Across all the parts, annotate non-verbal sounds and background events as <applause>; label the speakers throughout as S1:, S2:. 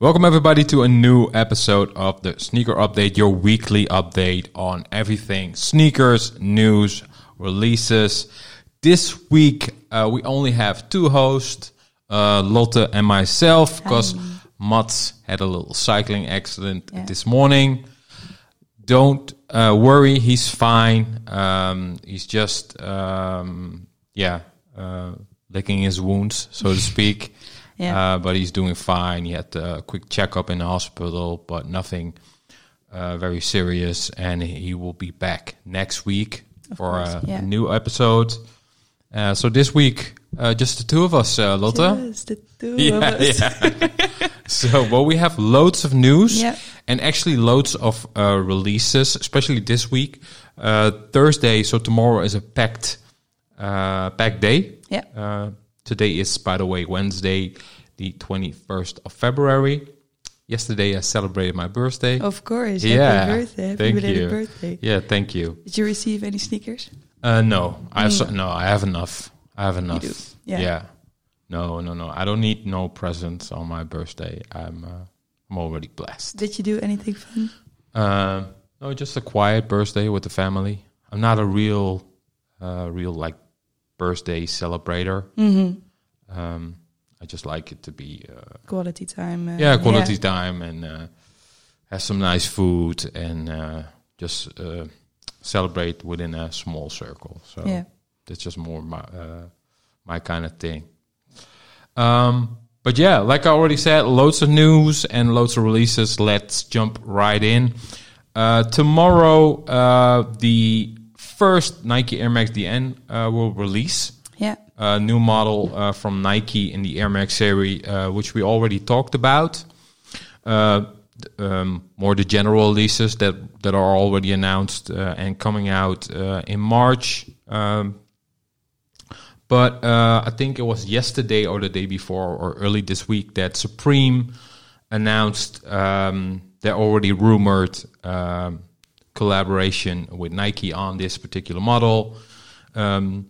S1: Welcome, everybody, to a new episode of the Sneaker Update, your weekly update on everything sneakers, news, releases. This week, uh, we only have two hosts, uh, Lotte and myself, because Mats had a little cycling accident
S2: Yeah.
S1: this morning. Don't uh, worry, he's fine. Um, he's just, um, yeah, uh, licking his wounds, so to speak.
S2: Yeah.
S1: Uh, but he's doing fine. He had a quick checkup in the hospital, but nothing uh, very serious. And he will be back next week for
S2: course,
S1: a
S2: yeah.
S1: new episode. Uh, so this week, uh, just the two of us, uh, Lotte.
S2: Just the
S1: <laughs>
S2: two of us.
S1: yeah. <laughs> so, well, we have loads of news
S2: Yep.
S1: and actually loads of uh, releases, especially this week. Uh, Thursday, so tomorrow is a packed, uh, packed day.
S2: Yeah.
S1: Uh, today is, by the way, Wednesday, the 21st of February. Yesterday, I celebrated my birthday.
S2: Of course.
S1: yeah.
S2: Happy birthday. Happy
S1: thank
S2: belated
S1: you.
S2: birthday.
S1: Yeah, thank you.
S2: Did you receive any sneakers?
S1: Uh, no, I have so, no, I have enough. I have enough.
S2: do, yeah.
S1: No, no, no. I don't need no presents on my birthday. I'm uh, I'm already blessed.
S2: Did you do anything fun?
S1: Um, no, just a quiet birthday with the family. I'm not a real, uh, real like birthday celebrator. Um, I just like it to be uh,
S2: Quality time. Uh,
S1: yeah quality time and uh, have some nice food and uh, just uh, celebrate within a small circle. So
S2: Yeah. yeah.
S1: that's just more my uh, my kind of thing. Um, but yeah, like I already said, loads of news and loads of releases. Let's jump right in. Uh, tomorrow, uh, the first Nike Air Max DN uh, will release
S2: Yeah.
S1: a new model uh, from Nike in the Air Max series, uh, which we already talked about. Uh, th- um, more the general releases that that are already announced uh, and coming out uh, in March. Um, but uh, I think it was yesterday or the day before or early this week that Supreme announced um, their already rumored um, collaboration with Nike on this particular model. Um,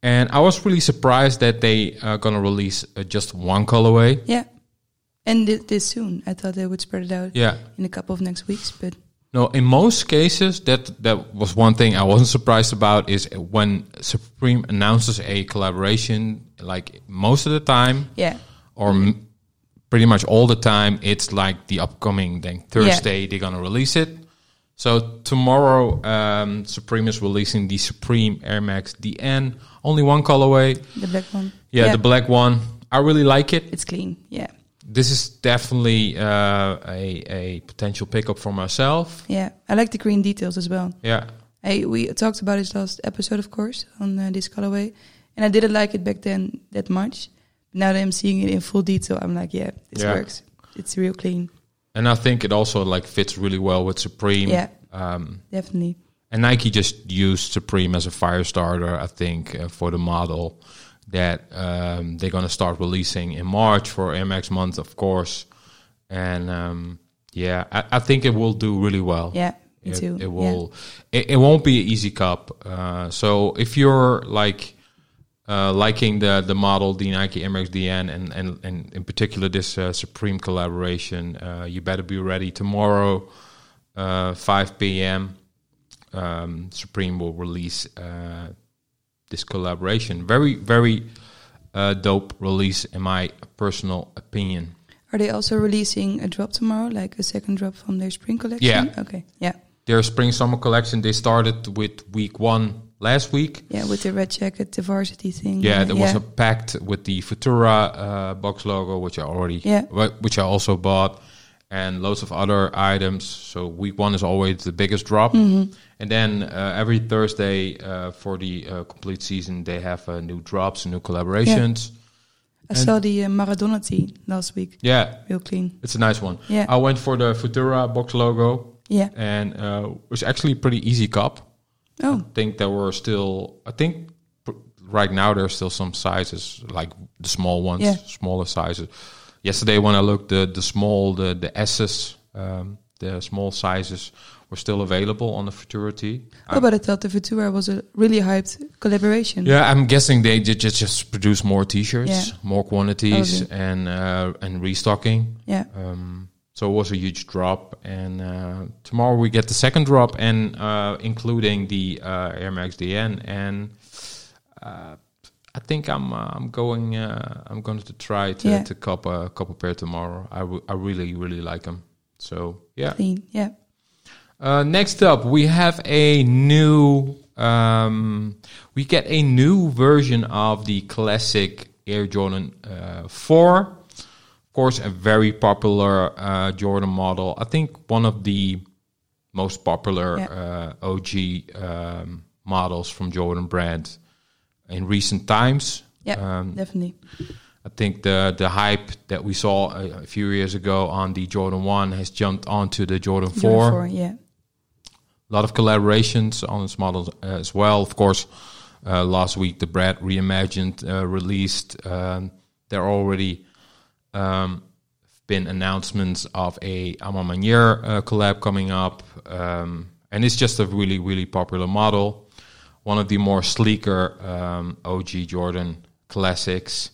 S1: and I was really surprised that they are going to release uh, just one colorway.
S2: Yeah. And thi- this soon. I thought they would spread it out
S1: Yeah.
S2: in a couple of next weeks, but
S1: No, in most cases, that that was one thing I wasn't surprised about is when Supreme announces a collaboration. Like most of the time,
S2: yeah.
S1: or m- pretty much all the time, it's like the upcoming thing. Thursday they're gonna release it. So tomorrow, um, Supreme is releasing the Supreme Air Max DN, only one colorway.
S2: The black one.
S1: Yeah, the black one. I really like it.
S2: It's clean. Yeah.
S1: This is definitely uh, a a potential pickup for myself.
S2: Yeah. I like the green details as well.
S1: Yeah,
S2: I, we talked about it last episode, of course, on uh, this colorway, and I didn't like it back then that much. Now that I'm seeing it in full detail, I'm like, yeah, this
S1: Yeah.
S2: works. It's real clean,
S1: and I think it also like fits really well with Supreme.
S2: Yeah.
S1: Um,
S2: definitely.
S1: and Nike just used Supreme as a fire starter, I think, uh, for the model that um, they're going to start releasing in March for MX month, of course. And um, yeah, I, I think it will do really well.
S2: Yeah, me
S1: it,
S2: too.
S1: it will. It, it won't be an easy cup. Uh, so if you're like uh, liking the the model, the Nike MXDN, and and and in particular this uh, Supreme collaboration, uh, you better be ready tomorrow, uh, 5 p.m. Um, Supreme will release uh, this collaboration. Very very uh, dope release, in my personal opinion.
S2: Yeah. Are they also releasing a drop tomorrow, like a second drop from their spring collection?
S1: Yeah.
S2: Okay. Yeah.
S1: Their spring summer collection they started with week one last week.
S2: Yeah, with the red jacket, the varsity thing.
S1: Yeah,
S2: uh,
S1: there was a pact with the Futura uh, box logo, which I already,
S2: Yeah.
S1: wh- which I also bought, and loads of other items. So week one is always the biggest drop,
S2: Mm-hmm.
S1: and then uh, every Thursday uh, for the uh, complete season they have uh, new drops, new collaborations.
S2: I saw the uh, Maradona tee last week.
S1: Yeah.
S2: Real clean.
S1: it's a nice one.
S2: Yeah.
S1: I went for the Futura box logo,
S2: Yeah.
S1: and uh, it was actually a pretty easy cup.
S2: Oh,
S1: think there were still i think pr- right now there's still some sizes like the small ones
S2: Yeah.
S1: smaller sizes yesterday when i looked the the small the the s's um, the small sizes were still available on the Futurity.
S2: Oh, but I thought the Futura was a really hyped collaboration.
S1: Yeah, I'm guessing they did just, just produce more T-shirts,
S2: Yeah.
S1: more quantities,
S2: Probably.
S1: and uh, and restocking.
S2: Yeah.
S1: Um, so it was a huge drop, and uh, tomorrow we get the second drop, and uh, including the uh, Air Max DN, and uh, I think I'm uh, I'm going uh, I'm going to try to,
S2: Yeah.
S1: to cop a cop a pair tomorrow. I w- I really really like them. So yeah.
S2: Clean. Yeah.
S1: Uh, next up, we have a new. Um, we get a new version of the classic Air Jordan uh, 4. Of course, a very popular uh, Jordan model. I think one of the most popular uh, OG um, models from Jordan brand in recent times.
S2: Yeah.
S1: Um,
S2: Definitely.
S1: I think the the hype that we saw a, a few years ago on the Jordan 1 has jumped onto the Jordan 4
S2: Jordan four. Yeah.
S1: a lot of collaborations on this model uh, as well. Of course, uh, last week the Brad Reimagined uh, released. Um, there already um, been announcements of a Ama Manier uh, collab coming up, um, and it's just a really really popular model. One of the more sleeker um, OG Jordan classics.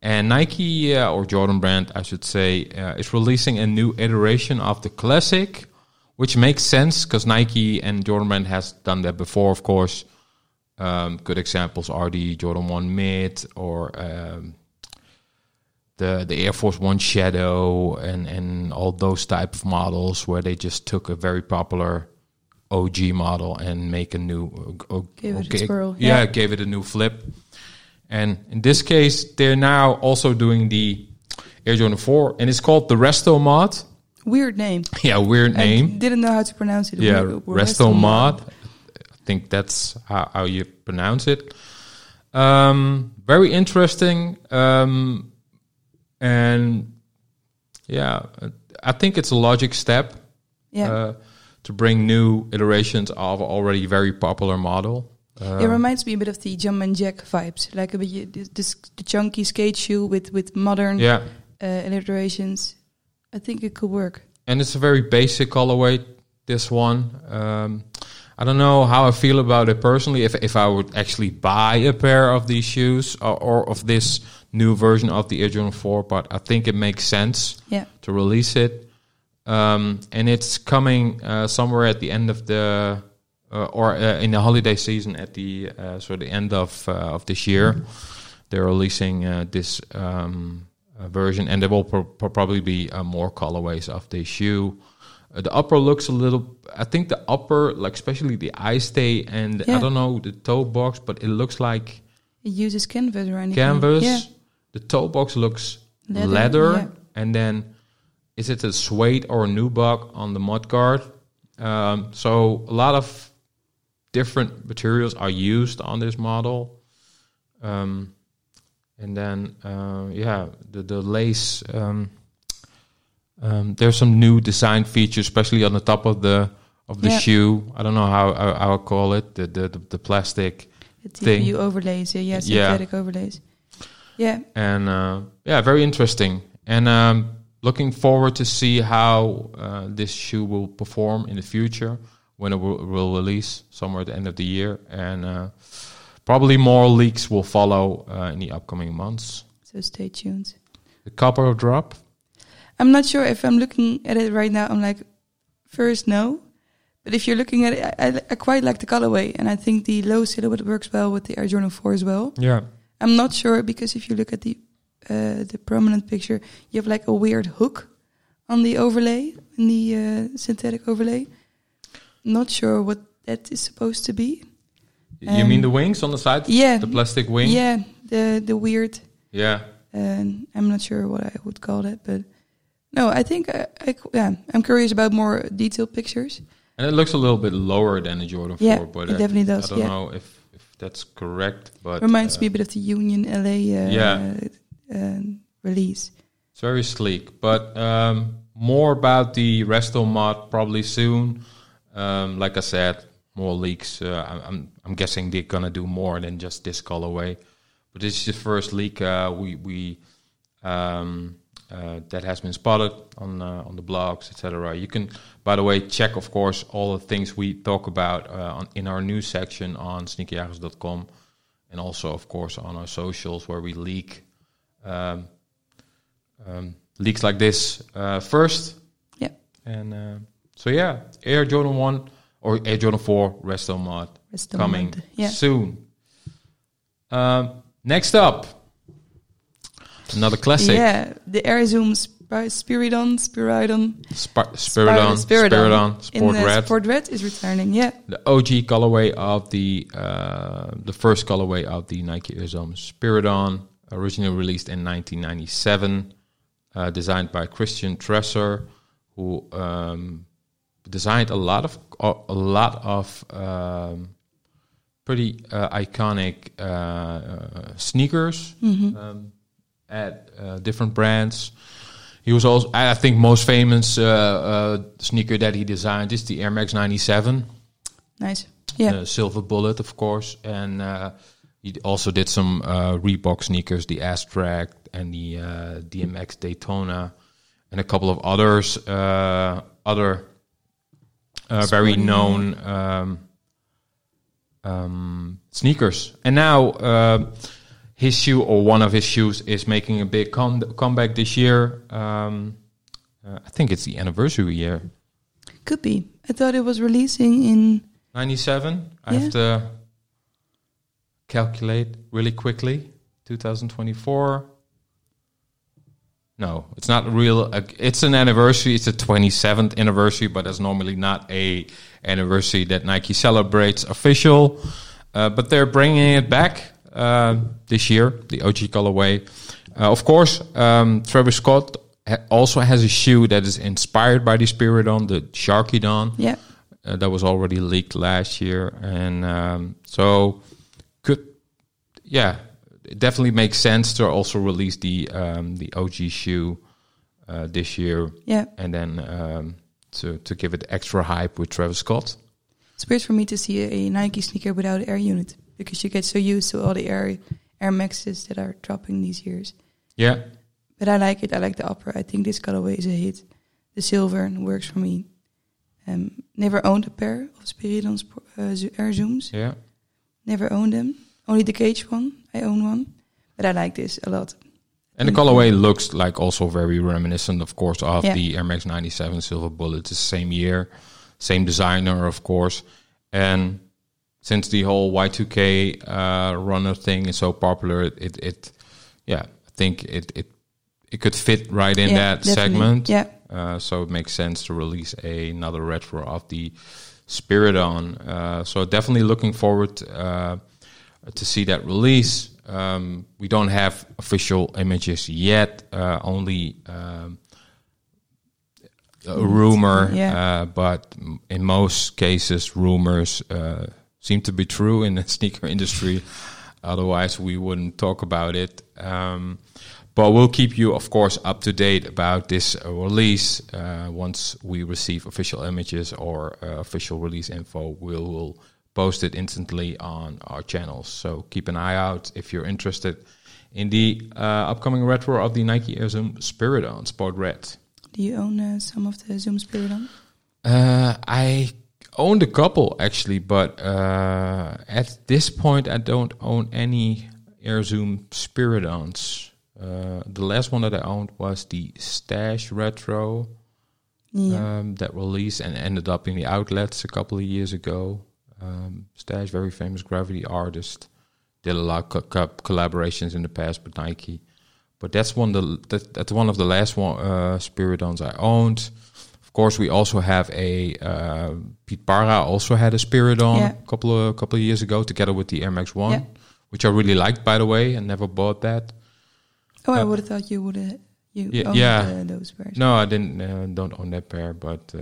S1: And Nike uh, or Jordan Brand, I should say, uh, is releasing a new iteration of the classic which makes sense because Nike and Jordan Brand has done that before, of course. Um, good examples are the Jordan One Mid or um, the the Air Force One Shadow and and all those type of models where they just took a very popular OG model and make a new uh,
S2: Gave it a
S1: okay-
S2: twirl,
S1: Yeah,
S2: yeah.
S1: gave it a new flip. And in this case, they're now also doing the Air Jordan Four, and it's called the Resto Mod. <laughs>
S2: Weird name.
S1: Yeah, weird
S2: I
S1: name.
S2: didn't know how to pronounce it.
S1: Yeah,
S2: We're- we're
S1: Restomod. I think that's how, how you pronounce it. Um, very interesting. Um, and yeah, I think it's a logic step
S2: Yeah.
S1: uh, to bring new iterations of already very popular model. Uh,
S2: it reminds me a bit of the Jumpman Jack vibes, like a bit this, this the chunky skate shoe with with modern
S1: yeah,
S2: uh, alliterations. I think it could work.
S1: and it's a very basic colorway. This one, um, I don't know how I feel about it personally. If if I would actually buy a pair of these shoes or, or of this new version of the Air Jordan Four, but I think it makes sense
S2: Yeah.
S1: to release it, um, and it's coming uh, somewhere at the end of the uh, or uh, in the holiday season at the uh, so the end of uh, of this year. They're releasing uh, this um, uh, version, and there will pro- pro- probably be uh, more colorways of the shoe. Uh, the upper looks a little. I think the upper, like especially the eye stay, and I
S2: Yeah.
S1: don't know the toe box, but it looks like
S2: It uses canvas or anything.
S1: canvas.
S2: Yeah.
S1: The toe box looks leather,
S2: Leather, yeah.
S1: and then is it a suede or a nubuck on the mud guard? Um, so a lot of different materials are used on this model. Um, and then uh, yeah, the the lace. Um, um, there's some new design features, especially on the top of the of the
S2: Yeah.
S1: shoe. I don't know how how, how I call it. The the the, the plastic.
S2: The
S1: Thing.
S2: TPU overlays. Yeah. Yeah.
S1: Yeah.
S2: Synthetic overlays. Yeah.
S1: and uh, yeah, very interesting. And um, looking forward to see how uh, this shoe will perform in the future when it will, will release somewhere at the end of the year, and uh, probably more leaks will follow uh, in the upcoming months.
S2: So stay tuned.
S1: The copper drop,
S2: I'm not sure if I'm looking at it right now. I'm like, first no, but if you're looking at it, I, I, I quite like the colorway, and I think the low silhouette works well with the Air Jordan Four as well.
S1: yeah,
S2: I'm not sure because if you look at the uh, the prominent picture, you have like a weird hook on the overlay in the uh, synthetic overlay. Not sure what that is supposed to be.
S1: you mean
S2: Um,
S1: the wings on the side,
S2: Yeah,
S1: the plastic wing,
S2: yeah, the the weird.
S1: yeah.
S2: Uh, I'm not sure what I would call that, but no, I think I, I c- yeah, I'm curious about more detailed pictures.
S1: And it looks a little bit lower than the Jordan
S2: Yeah,
S1: 4, but
S2: it
S1: I-
S2: definitely
S1: I,
S2: does,
S1: don't
S2: yeah.
S1: know if, if that's correct, but
S2: Reminds
S1: uh,
S2: me a bit of the Union LA uh,
S1: Yeah.
S2: uh, release.
S1: It's very sleek, but um, more about the resto mod probably soon. Um, like I said, more leaks. Uh, I'm- I'm I'm guessing they're gonna do more than just this colorway, but this is the first leak uh, we we um, uh, that has been spotted on uh, on the blogs, etc. You can, by the way, check of course all the things we talk about uh, on, in our news section on sneakyjagers.com, and also of course on our socials where we leak um, um, leaks like this uh, first.
S2: Yeah.
S1: And uh, so yeah, Air Jordan One or Air Jordan Four Resto Mod
S2: Rest of
S1: coming
S2: month. Yeah.
S1: soon. Um, next up, another classic.
S2: Yeah. The Air Zoom Spir- Spiridon, Spiridon,
S1: Sp- Spiridon,
S2: Spiridon.
S1: Spiridon, Sport
S2: in the
S1: Red,
S2: Sport Red is returning. Yeah.
S1: the OG colorway of the uh, the first colorway of the Nike Air Zoom Spiridon, originally released in 1997, uh, designed by Christian Tresser, who um, designed a lot of a lot of um, pretty uh, iconic uh, uh, sneakers um, at uh, different brands. He was also, I I think, most famous uh, uh, sneaker that he designed is the Air Max 97
S2: Nice. Yeah.
S1: uh, Silver Bullet, of course, and uh, he d- also did some uh, Reebok sneakers, the Astrac and the uh, DMX Daytona, and a couple of others, uh, other uh, very
S2: Sporting.
S1: known um, um, sneakers. And now uh, his shoe or one of his shoes is making a big com- comeback this year. Um, uh, I think it's the anniversary year.
S2: Could be. I thought it was releasing in
S1: 97 i
S2: Yeah.
S1: have to calculate really quickly 2024 no it's not a real uh, it's an anniversary it's the 27th anniversary but that's normally not a anniversary that nike celebrates official uh, but they're bringing it back uh, this year the og colorway uh, of course um, travis scott ha- also has a shoe that is inspired by the spiridon the sharkydon
S2: yeah.
S1: uh, that was already leaked last year, and um, so could yeah, it definitely makes sense to also release the um, the OG shoe uh, this year,
S2: Yeah.
S1: and then um, to to give it extra hype with Travis Scott.
S2: It's weird for me to see a, a Nike sneaker without an air unit because you get so used to all the air Air Maxes that are dropping these years.
S1: Yeah,
S2: But I like it. I like the upper. I think this colorway is a hit. The silver works for me. Um, never owned a pair of Spiridon Sp- uh, Zo- Air Zooms.
S1: yeah,
S2: Never owned them. Only the cage one. I own one. But I like this a lot.
S1: and the colorway looks like also very reminiscent, of course, of
S2: Yeah.
S1: the Air Max '97 Silver Bullet. It's the same year, same designer, of course, and since the whole Y2K uh, runner thing is so popular, it, it, it yeah, I think it, it it could fit right in
S2: Yeah,
S1: that
S2: definitely.
S1: segment.
S2: Yeah.
S1: Uh, so it makes sense to release a, another retro of the Spiridon. Uh, so definitely looking forward uh, to see that release. Um, we don't have official images yet, uh, only um, a rumor.
S2: Yeah.
S1: Uh, but m- in most cases, rumors uh, seem to be true in the <laughs> sneaker industry. Otherwise, we wouldn't talk about it. Um, but we'll keep you, of course, up to date about this uh, release. Uh, once we receive official images or uh, official release info, we'll, we'll post it instantly on our channels. So keep an eye out if you're interested in the uh, upcoming retro of the Nike Air Zoom Spirit on Sport Red.
S2: Do you own uh, some of the Zoom Spiridon?
S1: Uh, I owned a couple actually, but uh, at this point, I don't own any AirZoom Spiridons. Uh, the last one that I owned was the Stash Retro
S2: Yeah.
S1: um, that released and ended up in the outlets a couple of years ago. Um, Stash, very famous gravity artist, did a lot of co- co- collaborations in the past with Nike, but that's one the that, that's one of the last one uh, Spiridons I owned. Of course, we also have a uh, Pete Para also had a Spiridon
S2: Yeah.
S1: a couple of couple of years ago together with the Air Max One,
S2: Yeah.
S1: which I really liked by the way, and never bought that.
S2: oh, I
S1: uh,
S2: would have thought you would have you
S1: Yeah,
S2: owned
S1: yeah.
S2: uh, those pairs.
S1: No, I didn't. Uh, don't own that pair, but uh,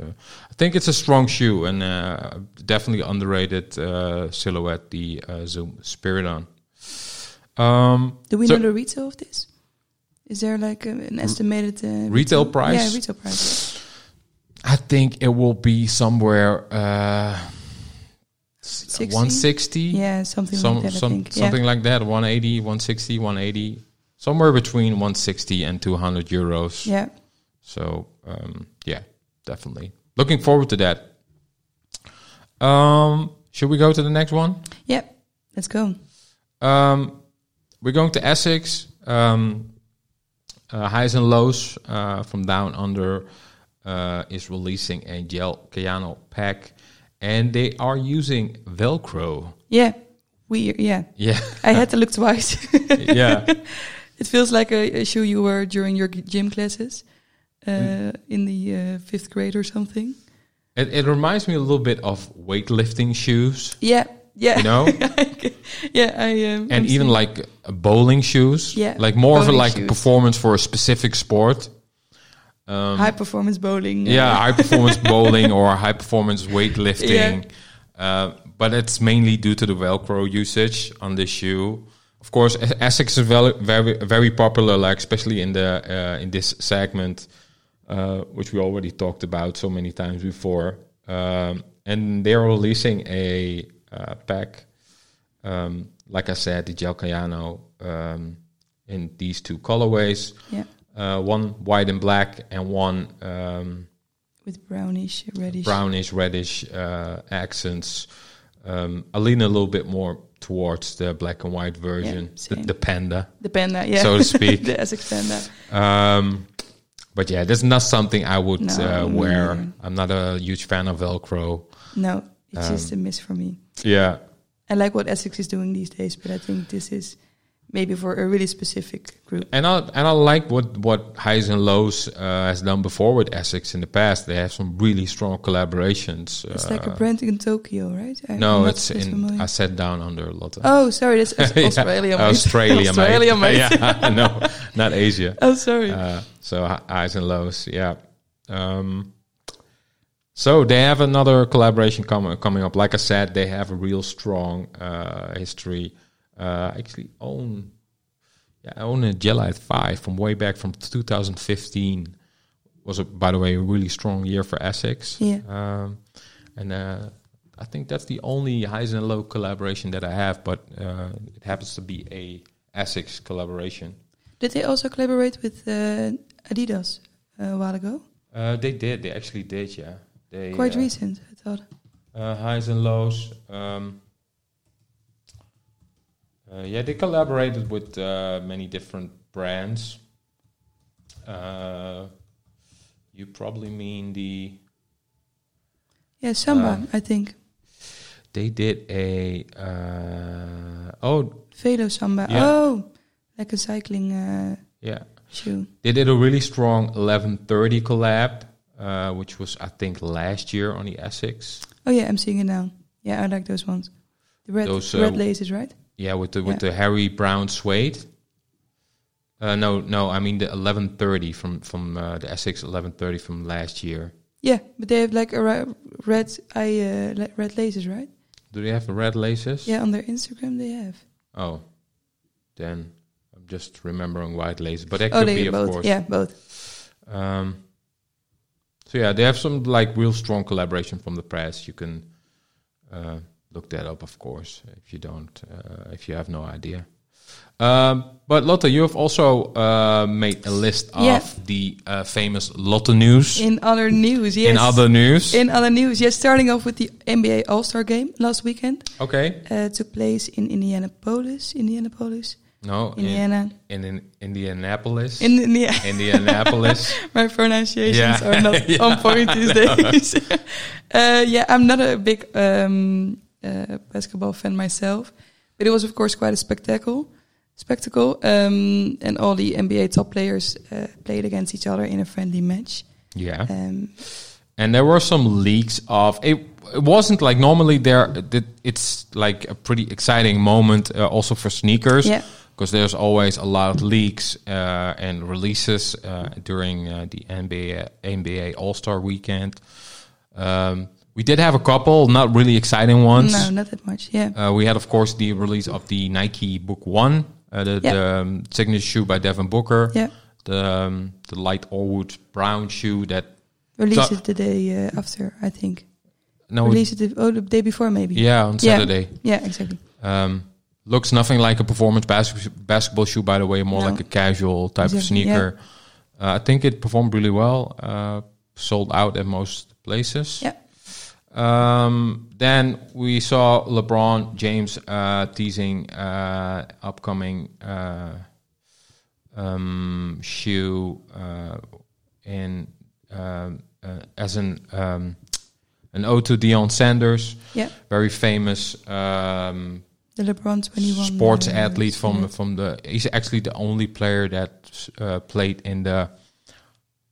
S1: I think it's a strong shoe and uh, definitely underrated uh, silhouette. The uh, Zoom Spiridon. Um,
S2: Do we
S1: So-
S2: know the retail of this? Is there like a, an estimated uh,
S1: Retail price?
S2: Yeah, retail price.
S1: I think it will be somewhere uh,
S2: 60?
S1: one sixty.
S2: Yeah, something
S1: some,
S2: like that. I
S1: some,
S2: think.
S1: something like that. 180, 160, 180, somewhere between 160 and 200 euros.
S2: Yeah.
S1: So um, yeah, definitely looking forward to that. Um, should we go to the next one?
S2: Yeah. Let's go.
S1: Um, we're going to Essex, um, uh, highs and lows uh, from down under uh, is releasing a gel Keanu pack, and they are using Velcro.
S2: Yeah. We yeah.
S1: Yeah,
S2: I had to look twice.
S1: <laughs>
S2: <laughs>
S1: yeah,
S2: it feels like a, a shoe you wear during your g- gym classes uh,
S1: Mm.
S2: in the uh, fifth grade or something.
S1: it, it reminds me a little bit of weightlifting shoes,
S2: Yeah. Yeah.
S1: you know,
S2: <laughs> yeah. I um, I'm
S1: and even
S2: seeing-
S1: like uh, bowling shoes.
S2: Yeah,
S1: like more of a
S2: bowling
S1: like a
S2: shoes.
S1: performance for a specific sport. Um,
S2: high performance bowling. uh,
S1: yeah high performance bowling or high performance weightlifting uh, but it's mainly due to the velcro usage on this shoe of course E- essex is vel- very very popular like especially in the uh, in this segment uh, which we already talked about so many times before um, and they're releasing a uh, pack um, like i said the gel Cayano, um in these two colorways
S2: Yeah.
S1: uh, one white and black and one um,
S2: With brownish, reddish.
S1: brownish reddish uh, accents. Um, I lean a little bit more towards the black and white version, the,
S2: same.
S1: the panda.
S2: The panda. Yeah.
S1: So to speak.
S2: <laughs> the Essex panda.
S1: Um, but yeah, that's not something I would
S2: No,
S1: uh,
S2: me
S1: wear.
S2: neither.
S1: I'm not a huge fan of Velcro.
S2: No, it's just
S1: Um,
S2: a miss for me.
S1: Yeah,
S2: I like what Essex is doing these days, but I think this is maybe for a really specific group.
S1: and I and I like what what highs and lows uh, has done before with Essex in the past. They have some really strong collaborations.
S2: It's
S1: uh,
S2: like a brand in Tokyo, right? I- I'm
S1: no,
S2: not
S1: it's
S2: so
S1: in.
S2: familiar.
S1: I sat down under a lot. Of,
S2: Oh, sorry,
S1: <laughs>
S2: that's Aus-
S1: Yeah,
S2: Australia. mate.
S1: Australia, mate.
S2: Australia, mate.
S1: <laughs> yeah, no, not Asia.
S2: <laughs> Oh, sorry.
S1: Uh, so hi- highs and lows, yeah. Um, so they have another collaboration com- coming up. Like I said, they have a real strong uh, history. Uh, I actually own, yeah, I own a Gelite Five from way back from 2015. Was a, by the way a really strong year for Essex.
S2: Yeah.
S1: Um, and uh, I think that's the only highs and low collaboration that I have, but uh, it happens to be a Essex collaboration.
S2: Did they also collaborate with uh, Adidas uh, a while ago?
S1: Uh, they did. They actually did. Yeah. They
S2: Quite
S1: uh,
S2: recent, I thought.
S1: uh, highs and lows. Um, uh, yeah, they collaborated with uh, many different brands. Uh, you probably mean the.
S2: Yeah, Samba,
S1: Um,
S2: I think.
S1: They did a. Uh, oh
S2: Velo Samba.
S1: yeah.
S2: Oh, like a cycling uh,
S1: yeah,
S2: shoe.
S1: they did a really strong 1130 collab, uh, which was I think last year on the Essex.
S2: Oh yeah, I'm seeing it now. Yeah, I like those ones. The red,
S1: Those, uh,
S2: red laces, right?
S1: Yeah, with the with
S2: Yeah.
S1: the Harry Brown suede. Uh, no, no, I mean the eleven thirty from from uh, the Essex eleven thirty from last year.
S2: Yeah, but they have like a ri- red eye, uh, la- red laces, right?
S1: Do they have red laces?
S2: Yeah, on their Instagram they have.
S1: Oh, then I'm just remembering white laces, but that
S2: oh,
S1: could
S2: they
S1: be
S2: have
S1: of
S2: both.
S1: course.
S2: Yeah, both.
S1: Um, so yeah, they have some like real strong collaboration from the press. You can uh, look that up, of course, if you don't, uh, if you have no idea. Um, but Lotte, you have also uh, made a list of
S2: Yeah.
S1: the uh, famous Lotte news
S2: In other news, yes.
S1: in other news.
S2: In other news, yes. Starting off with the NBA All Star Game last weekend,
S1: okay,
S2: uh, took place in Indianapolis, Indianapolis,
S1: no, in,
S2: Indiana,
S1: in, in Indianapolis,
S2: in Indiana. <laughs>
S1: Indianapolis.
S2: My pronunciations
S1: Yeah.
S2: are
S1: <laughs>
S2: not
S1: Yeah.
S2: on point these days. <laughs> uh, yeah, I'm not a big um, uh, basketball fan myself, but it was of course quite a spectacle. Spectacle, um, and all the NBA top players uh, played against each other in a friendly match.
S1: yeah.
S2: Um,
S1: and there were some leaks of it. It wasn't like normally there. It, it's like a pretty exciting moment, uh, also for sneakers,
S2: Yeah.
S1: because there's always a lot of leaks uh, and releases uh, during uh, the NBA NBA All Star Weekend. Um, we did have a couple, not really exciting ones.
S2: no, not that much. Yeah,
S1: Uh, we had, of course, the release of the Nike Book One, uh, the,
S2: Yeah.
S1: the um, signature shoe by Devin Booker,
S2: yeah.
S1: the um, the light Allwood brown shoe that
S2: Release
S1: So-
S2: it the day uh, after, I think.
S1: no,
S2: Release it the, oh, the day before, maybe.
S1: yeah, on
S2: Yeah.
S1: Saturday.
S2: Yeah, exactly.
S1: Um, Looks nothing like a performance bas- basketball shoe, by the way, more
S2: No.
S1: like a casual type of
S2: Exactly, yeah.
S1: sneaker. Uh, I think it performed really well, uh, sold out at most places.
S2: Yeah.
S1: Um, then we saw LeBron James uh, teasing uh, upcoming uh, um, shoe uh, in um, uh, as an um, an ode to Deion Sanders,
S2: Yeah.
S1: very famous um,
S2: The LeBron 21.
S1: sports
S2: uh,
S1: athlete from
S2: yeah.
S1: from the. He's actually the only player that uh, played in the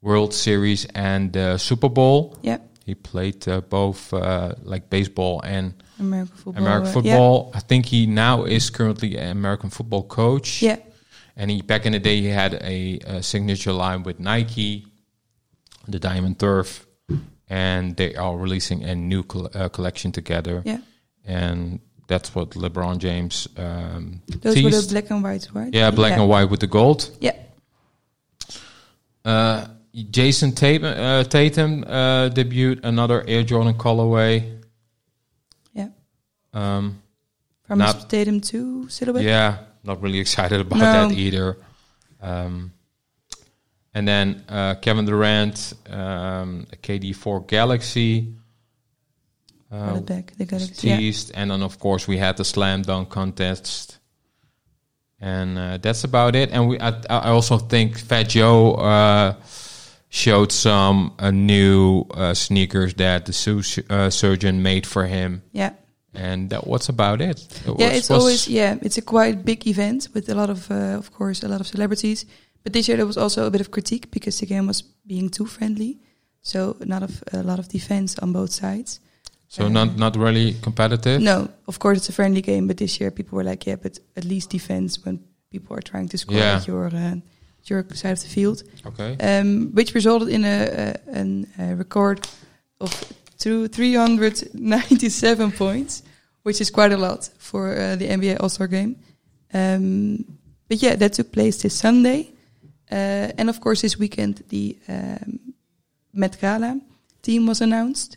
S1: World Series and the Super Bowl.
S2: Yeah.
S1: He played uh, both uh, like baseball and
S2: American football.
S1: American
S2: uh, yeah.
S1: football. I think he now is currently an American football coach.
S2: Yeah.
S1: And he back in the day he had a, uh signature line with Nike, the Diamond Turf, and they are releasing a new col- uh, collection together.
S2: Yeah.
S1: And that's what LeBron James um,
S2: Those were the
S1: teased.
S2: black and whites, right?
S1: yeah, black and white with the gold.
S2: Yeah.
S1: Uh, Jason Tatum, uh, Tatum uh, debuted another Air Jordan colorway.
S2: Yeah.
S1: Um,
S2: From
S1: Not-
S2: Statum to Silhouette.
S1: Yeah, not really <laughs> excited about
S2: No.
S1: that either. Um, and then uh, Kevin Durant, um, KD4 Galaxy
S2: Brought
S1: uh,
S2: it back. The
S1: was
S2: Galaxy. Yeah.
S1: teased, and then of course we had the slam dunk contest. And uh, that's about it. And we, I, I also think Fat Joe uh, showed some uh, new uh, sneakers that the su- uh, surgeon made for him,
S2: Yeah.
S1: and that was about it. It
S2: Yeah,
S1: was-
S2: it's
S1: was-
S2: always yeah, it's a quite big event with a lot of, uh, of course, a lot of celebrities. But this year there was also a bit of critique because the game was being too friendly, so not of a lot of defense on both sides. Um,
S1: so not not really competitive.
S2: No, of course it's a friendly game, but this year people were like, yeah, but at least defense when people are trying to score
S1: Yeah.
S2: at your uh, your side of the field,
S1: Okay.
S2: um, which resulted in a, a, an, a record of two, 397 <laughs> points, which is quite a lot for uh, the NBA All Star game. Um, but yeah, that took place this Sunday. Uh, and of course, this weekend, the um, Met Gala team was announced.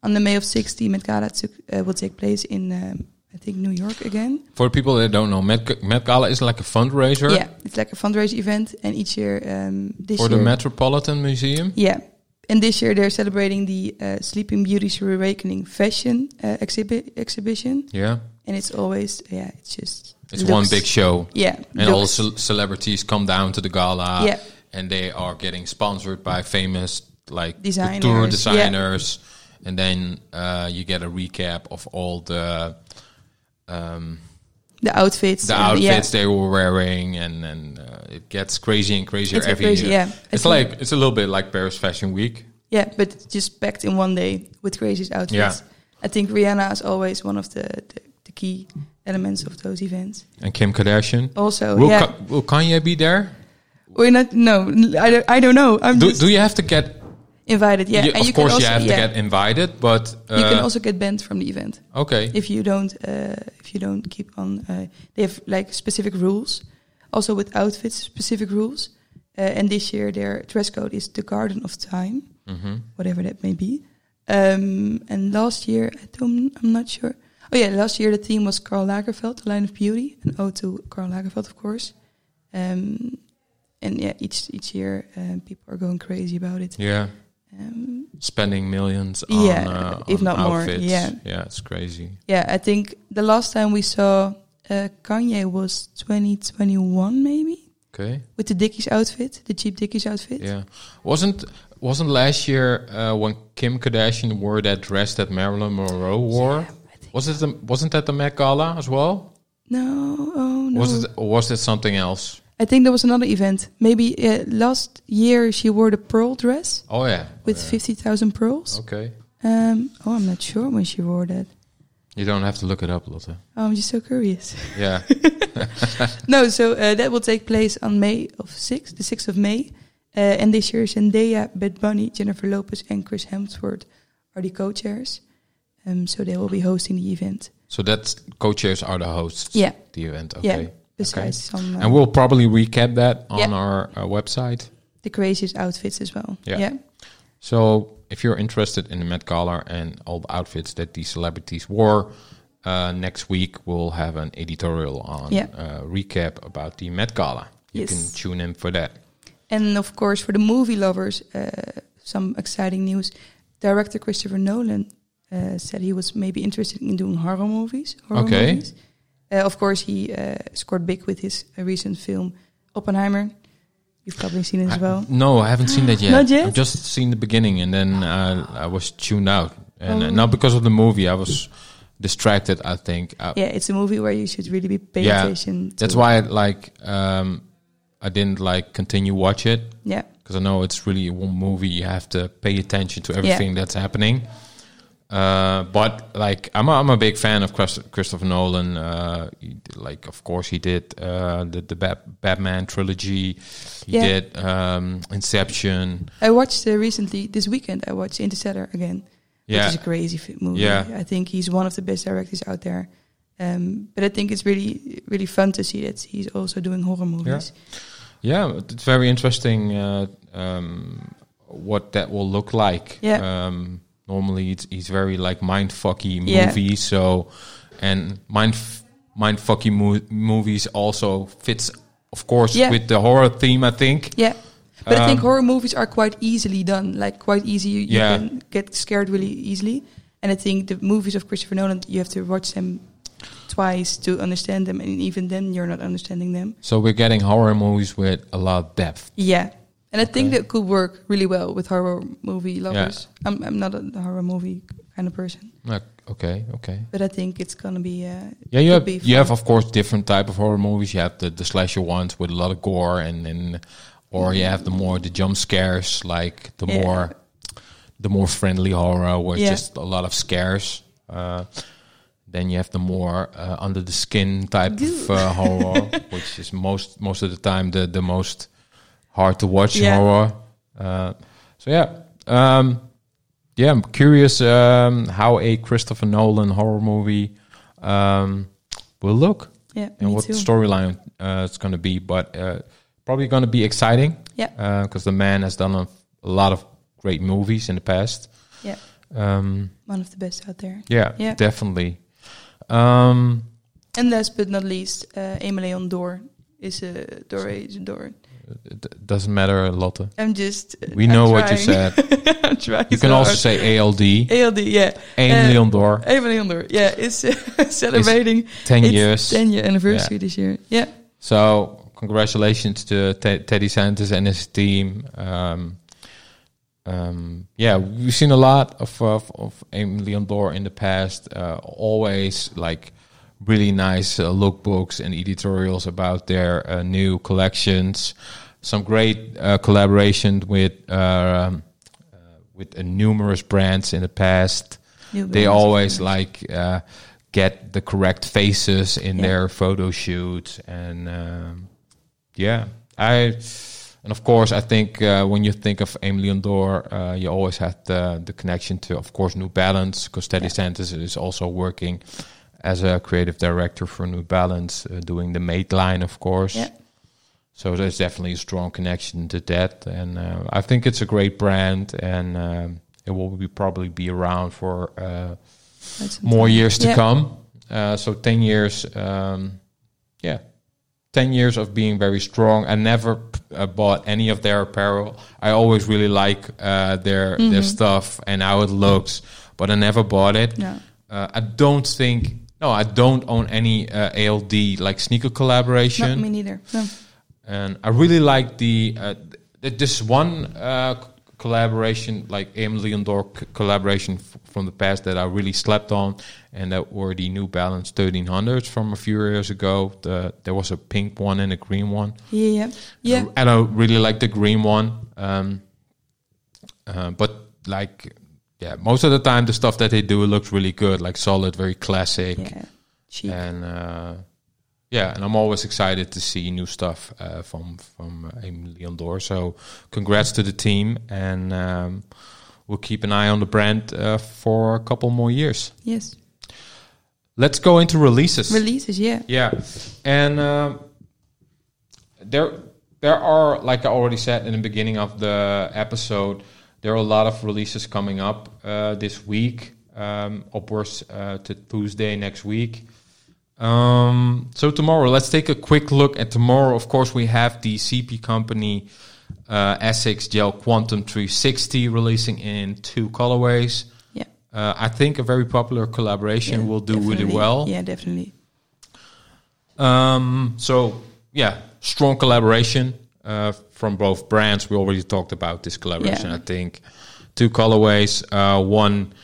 S2: On the May of 6th, the Met Gala took, uh, will take place in, um, I think, New York again.
S1: For people that don't know, Met, Met Gala is like a fundraiser
S2: Yeah, it's like a fundraiser event. And each year, um, this
S1: for the
S2: year,
S1: Metropolitan Museum.
S2: Yeah. And this year they're celebrating the uh, Sleeping Beauty's Reawakening fashion uh, exhibi- exhibition.
S1: Yeah,
S2: And it's always, yeah, it's just.
S1: it's
S2: looks-
S1: one big show,
S2: Yeah.
S1: and all the
S2: looks-
S1: cel- celebrities come down to the gala,
S2: Yeah.
S1: and they are getting sponsored by famous like
S2: Designers,
S1: couture
S2: yeah.
S1: designers, and then uh, you get a recap of all the um,
S2: The outfits.
S1: the
S2: and
S1: outfits they were wearing, and and uh, it gets crazy and crazier
S2: It's
S1: every
S2: crazy,
S1: year.
S2: yeah. I
S1: It's
S2: think-
S1: like it's a little bit like Paris Fashion Week.
S2: Yeah. yeah, but it's just packed in one day with crazy outfits.
S1: Yeah.
S2: I think Rihanna is always one of the, the, the key elements of those events.
S1: And Kim Kardashian.
S2: Also,
S1: will,
S2: Oh, yeah.
S1: Ka- will Kanye be there?
S2: We're not, no, I don't, I don't know. I'm
S1: Do,
S2: just
S1: do you have to get?
S2: invited. Yeah.
S1: you- of course, you have
S2: yeah,
S1: to get invited, but uh,
S2: you can also get banned from the event.
S1: okay.
S2: if you don't uh, if you don't keep on uh, they have like specific rules also with outfits specific rules uh, and this year their dress code is the garden of time
S1: hmm
S2: whatever that may be um, and last year I don't, i'm not sure oh yeah last year the theme was karl lagerfeld the line of beauty an ode to karl lagerfeld of course um, and yeah each each year uh, people are going crazy about it
S1: Yeah,
S2: um,
S1: spending millions on
S2: Yeah,
S1: uh,
S2: if
S1: on
S2: not more,
S1: outfits.
S2: yeah.
S1: yeah, it's crazy.
S2: Yeah, I think the last time we saw uh, Kanye was 2021, maybe
S1: Okay,
S2: with the Dickies outfit, the cheap Dickies outfit.
S1: yeah. Wasn't wasn't last year uh, when Kim Kardashian wore that dress that Marilyn Monroe wore?
S2: I think-
S1: Was it the, wasn't that the Met Gala as well?
S2: No, oh no.
S1: Was it or was it something else?
S2: I think there was another event. Maybe uh, last year she wore the pearl dress
S1: Oh yeah.
S2: with
S1: Yeah.
S2: 50,000 pearls.
S1: Okay.
S2: Um, Uh. oh, I'm not sure when she wore that.
S1: You don't have to look it up,
S2: <laughs>
S1: Lotte.
S2: Oh, I'm just so curious.
S1: Yeah.
S2: no, so uh, that will take place on May of 6th, the 6th of May. Uh, and this year, Zendaya, Bad Bunny, Jennifer Lopez and Chris Hemsworth are the co-chairs. Um, so they will be hosting the event.
S1: so that's co-chairs are the hosts.
S2: Yeah,
S1: The event.
S2: Yeah.
S1: Okay.
S2: besides some uh,
S1: And we'll probably recap that on
S2: Yeah.
S1: our uh, website.
S2: the craziest outfits as well.
S1: Yeah.
S2: yeah,
S1: So if you're interested in the Met Gala and all the outfits that these celebrities wore, Uh, next week we'll have an editorial on
S2: Yeah.
S1: uh, recap about the Met Gala. You
S2: Yes.
S1: can tune in for that.
S2: And of course, for the movie lovers, uh, some exciting news. Director Christopher Nolan uh, said he was maybe interested in doing horror movies. Horror
S1: Okay.
S2: Movies. Uh, of course, he uh, scored big with his uh, recent film Oppenheimer. You've probably seen it as well.
S1: No, I haven't seen
S2: <gasps>
S1: that yet.
S2: Not yet?
S1: I've just seen the beginning and then uh, I was tuned out. And uh,
S2: Oh.
S1: not because of the movie, I was distracted, I think. I,
S2: Yeah, it's a movie where you should really be paying
S1: Yeah,
S2: attention. to
S1: That's
S2: it.
S1: why I, like um, I didn't like continue watch it
S2: Yeah,
S1: because I know it's really one movie you have to pay attention to everything that's happening. Uh, but like I'm a, I'm a big fan of Chris, Christopher Nolan. Uh, he d- like of course he did uh, the the Bat- Batman trilogy. He
S2: Yeah.
S1: did um, Inception.
S2: I watched uh, recently this weekend. I watched Interstellar again.
S1: Yeah,
S2: which is a crazy fi- movie.
S1: Yeah.
S2: I think he's one of the best directors out there. Um, but I think it's really, really fun to see that he's also doing horror movies.
S1: yeah. It's very interesting uh, um, what that will look like.
S2: Yeah.
S1: Um, normally it's he's very like mind fucky
S2: Yeah.
S1: movie. So and mind f- mind fucky mo- movies also fits of course
S2: Yeah.
S1: with the horror theme. I think.
S2: Yeah, but I think
S1: Um,
S2: horror movies are quite easily done. Like quite easy, you, you
S1: Yeah.
S2: can get scared really easily. And I think the movies of Christopher Nolan, you have to watch them twice to understand them, and even then, you're not understanding them.
S1: So we're getting horror movies with a lot of depth.
S2: Yeah. And I think
S1: Okay.
S2: that could work really well with horror movie lovers. I'm, I'm not a horror movie kind of person,
S1: Like, Okay, okay.
S2: but I think it's gonna be uh,
S1: Yeah, you
S2: could
S1: have
S2: be
S1: you
S2: fun.
S1: have of course different type of horror movies. You have the, the slasher ones with a lot of gore, and then or you have the more the jump scares, like the
S2: Yeah.
S1: more the more friendly horror where
S2: Yeah.
S1: it's just a lot of scares. Uh, then you have the more uh, under the skin type of uh, horror,
S2: <laughs>
S1: which is most most of the time the the most hard to watch
S2: Yeah.
S1: horror. Uh, so yeah, um, yeah, I'm curious um, how a Christopher Nolan horror movie um, will look
S2: Yeah,
S1: and
S2: me
S1: what
S2: too.
S1: the storyline uh, it's going to be. But uh, probably going to be exciting.
S2: Yeah.
S1: because the man has done a, a lot of great movies in the past.
S2: Yeah.
S1: Um,
S2: One of the best out there.
S1: yeah,
S2: Yeah.
S1: definitely. Um,
S2: And last but not least, uh, Emilion Door is a door is a door.
S1: it it doesn't matter, Lotte.
S2: I'm just. uh,
S1: We
S2: I'm
S1: know what you
S2: trying.
S1: said.
S2: <laughs> I'm trying.
S1: You can
S2: so
S1: also
S2: hard.
S1: say ALD,
S2: ALD. Yeah,
S1: Aim
S2: Uh,
S1: Leon Door,
S2: Emilion Door. Yeah, it's uh, <laughs> celebrating
S1: 10
S2: its
S1: years.
S2: 10 year anniversary this year. Yeah,
S1: So congratulations to Te- Teddy Santos and his team. Um, um, yeah, we've seen a lot of of, of Aim Leon Dor in the past. Uh, always like really nice uh, lookbooks and editorials about their uh, new collections. Some great uh, collaboration with uh, um, uh, with uh, numerous brands in the past
S2: New
S1: they
S2: Balance.
S1: always like uh, get the correct faces in
S2: Yeah.
S1: their photo shoots and um, yeah i and of course i think uh, when you think of Emily Dor, uh, you always have the, the connection to of course new balance because teddy
S2: Yeah.
S1: santos is also working as a creative director for new balance uh, doing the mate line of course
S2: Yeah.
S1: so there's definitely a strong connection to that, and uh, I think it's a great brand, and um, it will be probably be around for uh,
S2: That's
S1: more years to
S2: Yeah.
S1: come. Uh, so ten years, um, yeah, ten years of being very strong. I never p- uh, bought any of their apparel. I always really like uh, their
S2: Mm-hmm.
S1: their stuff and how it looks, but I never bought it.
S2: No.
S1: Uh, I don't think. No, I don't own any uh, ALD like sneaker collaboration
S2: Not me neither. No.
S1: and I really like the uh, th- this one uh, c- collaboration, like Aim Leondor c- collaboration f- from the past that I really slept on, and that were the New Balance 1300s from a few years ago. The, there was a pink one and a green one.
S2: Yeah, yeah, yeah.
S1: And I really like the green one. Um, uh, but like, yeah, most of the time the stuff that they do looks really good, like solid, very classic
S2: yeah. Cheap.
S1: and uh, yeah, and I'm always excited to see new stuff uh, from from Leon Dor. So, congrats to the team, and um, we'll keep an eye on the brand uh, for a couple more years.
S2: Yes.
S1: Let's go into releases.
S2: Releases. Yeah.
S1: Yeah, and um, there there are like I already said in the beginning of the episode, there are a lot of releases coming up uh, this week. um, upwards uh, to Tuesday next week. Um, so tomorrow, let's take a quick look at tomorrow. Of course, we have the CP company uh, Essex Gel Quantum 360 releasing in two colorways.
S2: Yeah.
S1: Uh, I think a very popular collaboration
S2: yeah,
S1: will do really
S2: definitely.
S1: well.
S2: Yeah, definitely.
S1: Um, so yeah, strong collaboration uh, from both brands. We already talked about this collaboration.
S2: Yeah.
S1: I think two colorways, uh, one,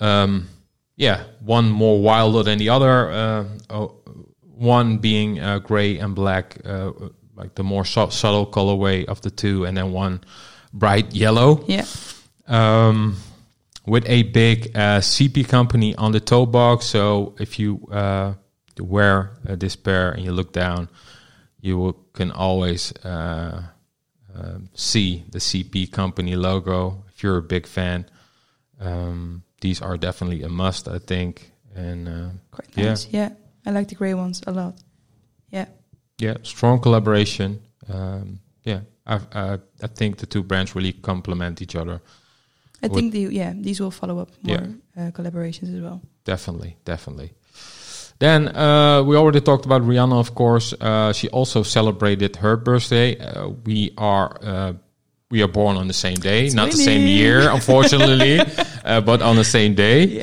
S1: um, yeah, one more wilder than the other. Uh, oh, one being uh, gray and black, uh, like the more su- subtle colorway of the two, and then one bright yellow
S2: Yeah.
S1: um, with a big uh, CP company on the toe box. So if you uh, wear uh, this pair and you look down, you will, can always uh, um see the CP company logo. If you're a big fan, um, these are definitely a must, I think. And uh,
S2: Quite
S1: Yeah.
S2: nice. Yeah. I like the grey ones a lot. Yeah.
S1: yeah, strong collaboration. Um, yeah, I, I, I think the two brands really complement each other.
S2: I
S1: What-
S2: think the yeah these will follow up more
S1: Yeah.
S2: uh, collaborations as well.
S1: definitely, definitely. Then uh, we already talked about Rihanna, of course. Uh, she also celebrated her birthday. Uh, we are uh, we are born on the same day, not the same
S2: Twinning.
S1: year, unfortunately, uh, but on the same day.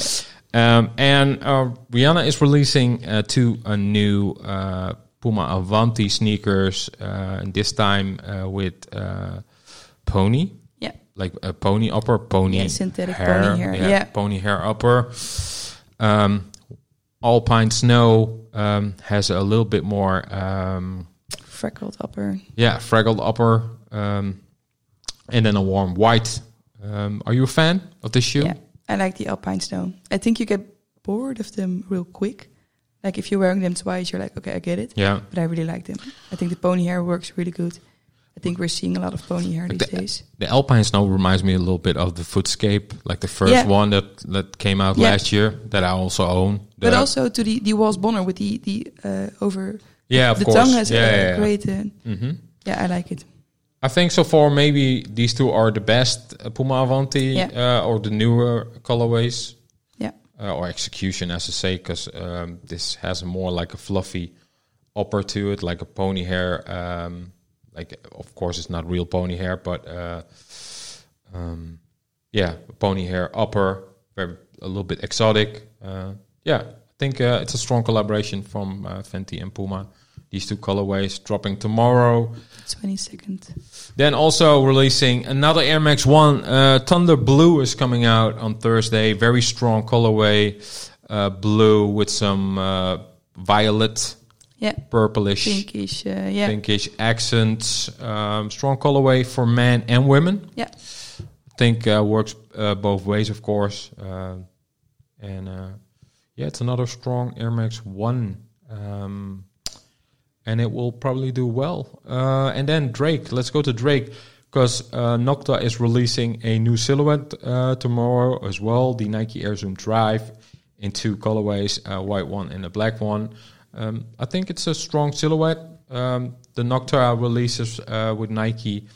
S1: Um, and uh, Rihanna is releasing uh, two uh, new uh, Puma Avanti sneakers, uh, and this time uh, with uh, pony,
S2: Yeah.
S1: like a pony upper, pony
S2: Yeah, synthetic
S1: hair,
S2: pony hair, yeah.
S1: pony hair upper. Um, Alpine snow um, has a little bit more, um,
S2: Freckled upper.
S1: yeah, fraggled upper, um, and then a warm white. Um, are you a fan of this shoe?
S2: Yeah. I like the alpine snow. I think you get bored of them real quick. Like if you're wearing them twice, you're like, okay, I get it.
S1: Yeah.
S2: But I really like them. I think the pony hair works really good. I think we're seeing a lot of pony hair
S1: Like
S2: these days.
S1: The Alpine Snow reminds me a little bit of the Footscape, like the first
S2: Yeah.
S1: one that that came out
S2: Yeah.
S1: last year that I also own.
S2: But
S1: The-
S2: also to the the Walls Bonner with the the uh, over
S1: yeah, of
S2: the
S1: course,
S2: tongue has
S1: yeah,
S2: a
S1: yeah, yeah.
S2: great. Uh,
S1: Mhm.
S2: yeah, I like it.
S1: I think so far maybe these two are the best uh, Puma Avanti
S2: Yeah.
S1: uh, or the newer colorways
S2: Yeah,
S1: uh, or execution, as I say, because um, this has more like a fluffy upper to it, like a pony hair. Um, like, of course, it's not real pony hair, but uh, um, yeah, pony hair upper, very a little bit exotic. Uh, yeah, I think uh, it's a strong collaboration from uh, Fenty and Puma. These two colorways dropping tomorrow.
S2: twenty second.
S1: Then also releasing another Air Max One, uh, Thunder Blue is coming out on Thursday. Very strong colorway, uh, blue with some uh, violet,
S2: Yeah,
S1: purplish,
S2: pinkish. Uh, yeah,
S1: pinkish accents. Um, strong colorway for men and women.
S2: Yeah.
S1: I think uh, works uh, both ways, of course. Uh, and uh, yeah, it's another strong Air Max One. Um, and it will probably do well. Uh, and then Drake, let's go to Drake because uh, Nocta is releasing a new silhouette uh, tomorrow as well. The Nike Air Zoom Drive in two colorways, a white one and a black one. Um, I think it's a strong silhouette. Um, the Nocta releases uh, with Nike,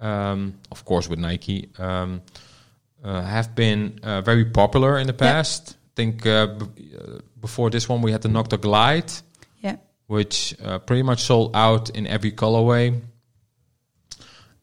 S1: um, of course, with Nike, um, uh, have been uh, very popular in the
S2: Yeah.
S1: past. I think uh, b- uh, before this one, we had the Nocta Glide
S2: yeah,
S1: which uh, pretty much sold out in every colorway.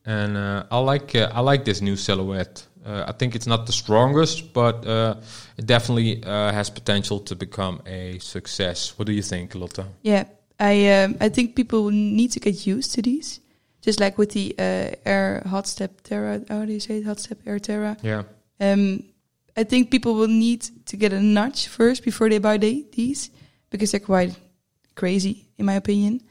S1: And uh, I like uh, I like this new silhouette. Uh, I think it's not the strongest, but uh, it definitely uh, has potential to become a success. What do you think, Lotta?
S2: yeah. I um, I think people need to get used to these. Just like with the uh, Air Hot Step Terra, how do you say it? Hot Step Air Terra.
S1: Yeah,
S2: Um, I think people will need to get a nudge first before they buy the, these because they're quite crazy, in my opinion.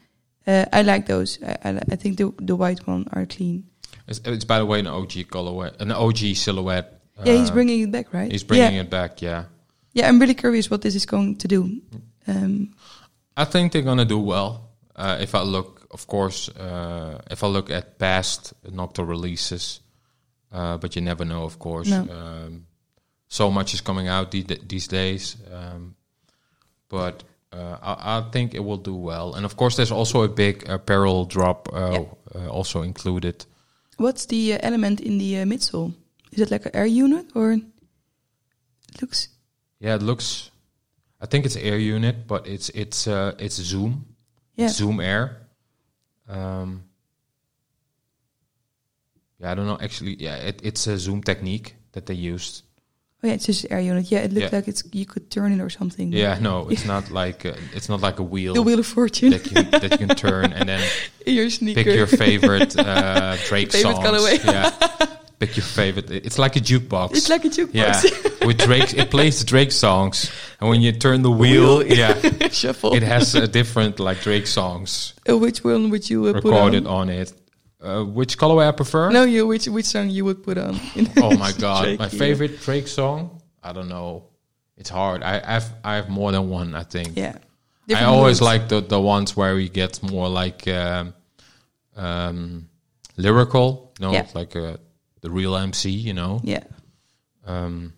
S2: Uh, I like those. I, I, I think the the white one are clean.
S1: it's, it's by the way an OG colorway, an OG silhouette.
S2: yeah, he's
S1: Uh,
S2: bringing it back, right?
S1: he's bringing
S2: yeah.
S1: it back. Yeah,
S2: Yeah, I'm really curious what this is going to do. Um,
S1: I think they're gonna do well. Uh, if I look, of course, uh, if I look at past Nocta releases, uh, but you never know, of course.
S2: No.
S1: Um, so much is coming out the, these days, um, but uh, I, I think it will do well. And of course, there's also a big apparel drop uh, uh, also included.
S2: What's the uh, element in the uh, midsole? Is it like an air unit or It looks
S1: Yeah, it looks. I think it's Air Unit, but it's it's uh, it's Zoom.
S2: yeah.
S1: Zoom Air. Um, yeah, I don't know. Actually, yeah, it, it's a Zoom technique that they used.
S2: Oh yeah, it's just air unit. Yeah, it looked
S1: Yeah.
S2: like it's you could turn it or something.
S1: Yeah, no, it's
S2: <laughs>
S1: not like a, it's not like a wheel,
S2: The Wheel of Fortune
S1: that you that you can turn and
S2: <laughs>
S1: then
S2: in your sneaker.
S1: pick your favorite
S2: <laughs>
S1: uh, Drake
S2: Favorite
S1: songs.
S2: colorway.
S1: Yeah, pick your favorite. It's like a jukebox.
S2: <laughs> it's like a
S1: yeah, <laughs>
S2: jukebox
S1: with Drake, it plays Drake songs, and when you turn the wheel, yeah,
S2: <laughs> shuffle.
S1: it has a different like Drake songs
S2: Uh, which one would you uh, put on?
S1: recorded on it. Uh, which colorway I prefer?
S2: No, you which which song you would put on? <laughs>
S1: Oh my god,
S2: Drake,
S1: my
S2: yeah.
S1: favorite Drake song. I don't know. It's hard. I I've, I have more than one. I think.
S2: Yeah,
S1: I always like the the ones where we get more like um, um, lyrical. No,
S2: Yeah.
S1: it's like uh the real MC. You know.
S2: Yeah,
S1: Um,